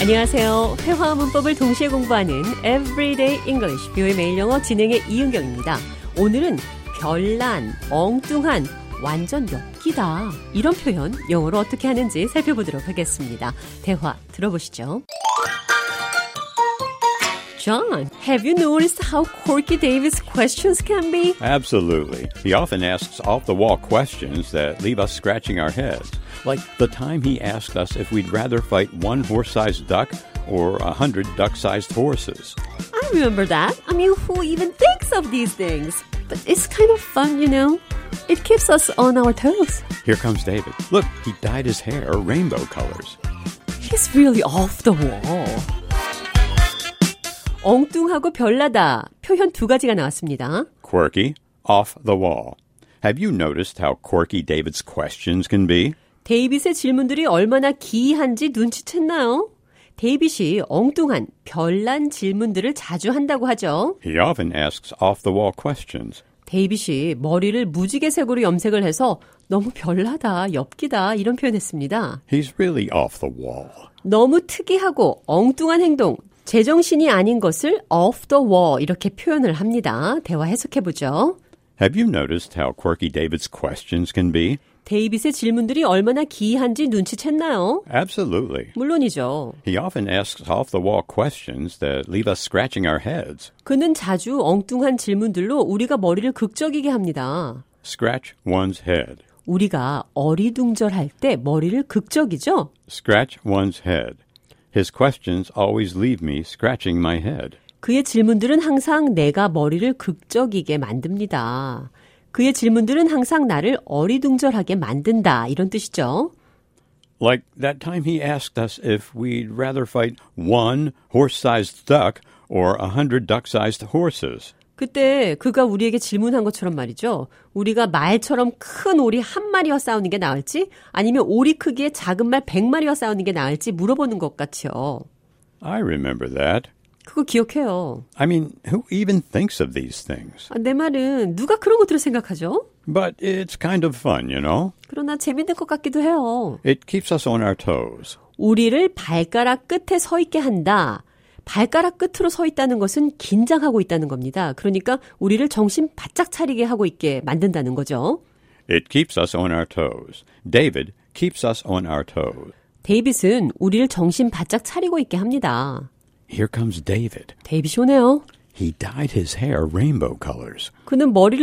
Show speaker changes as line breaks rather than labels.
안녕하세요. 회화와 문법을 동시에 공부하는 Everyday English 뷰의 매일 영어 진행의 이은경입니다. 오늘은 별난, 엉뚱한, 완전 엽기다 이런 표현 영어로 어떻게 하는지 살펴보도록 하겠습니다. 대화 들어보시죠. John, have you noticed how quirky David's questions can be?
Absolutely. He often asks off the wall questions that leave us scratching our heads. Like the time he asked us if we'd rather fight one horse sized duck or a hundred duck sized horses.
I remember that. I mean, who even thinks of these things? But it's kind of fun, you know? It keeps us on our toes.
Here comes David. Look, he dyed his hair rainbow colors.
He's really off the wall. 엉뚱하고 별나다 표현 두 가지가 나왔습니다.
Quirky, off the wall. Have you noticed how quirky David's questions can be?
데이빗의 질문들이 얼마나 기이한지 눈치챘나요? 데이빗이 엉뚱한 별난 질문들을 자주 한다고 하죠.
He often asks off the wall questions.
데이빗이 머리를 무지개색으로 염색을 해서 너무 별나다, 엽기다 이런 표현했습니다.
He's really off the wall.
너무 특이하고 엉뚱한 행동, 제정신이 아닌 것을 off the wall 이렇게 표현을 합니다. 대화 해석해 보죠.
Have you noticed how quirky David's questions can be?
데이빗의 질문들이 얼마나 기이한지 눈치챘나요?
Absolutely.
물론이죠.
He often asks off the wall questions that leave us scratching our heads.
그는 자주 엉뚱한 질문들로 우리가 머리를 극적이게 합니다.
Scratch one's head.
우리가 어리둥절할 때 머리를 극적이죠?
Scratch one's head. His questions always leave me scratching my head.
그의 질문들은 항상 내가 머리를 극적이게 만듭니다. 그의 질문들은 항상 나를 어리둥절하게 만든다. 이런 뜻이죠.
Like that time he asked us if we'd rather fight one horse sized duck or a hundred duck sized horses.
그때 그가 우리에게 질문한 것처럼 말이죠. 우리가 말처럼 큰 오리 한 마리와 싸우는 게 나을지 아니면 오리 크기의 작은 말 100마리와 싸우는 게 나을지 물어보는 것 같죠.
I remember that.
그거 기억해요.
I mean, who even thinks of these things?
아, 내 말은 누가 그런 것들을 생각하죠?
But it's kind of fun, you know?
그러나 재밌는 것 같기도 해요.
It keeps us on our toes.
우리를 발가락 끝에 서 있게 한다. 발가락 끝으로 서 있다는 것은 긴장하고 있다는 겁니다. 그러니까 우리를 정신 바짝 차리게 하고 있게 만든다는 거죠.
It keeps us on our toes. David keeps us on our toes.
데이빗은 우리를 정신 바짝 차리고 있게 합니다.
Here comes David.
데이빗이 오네요.
He dyed his hair rainbow colors.
그는 머리를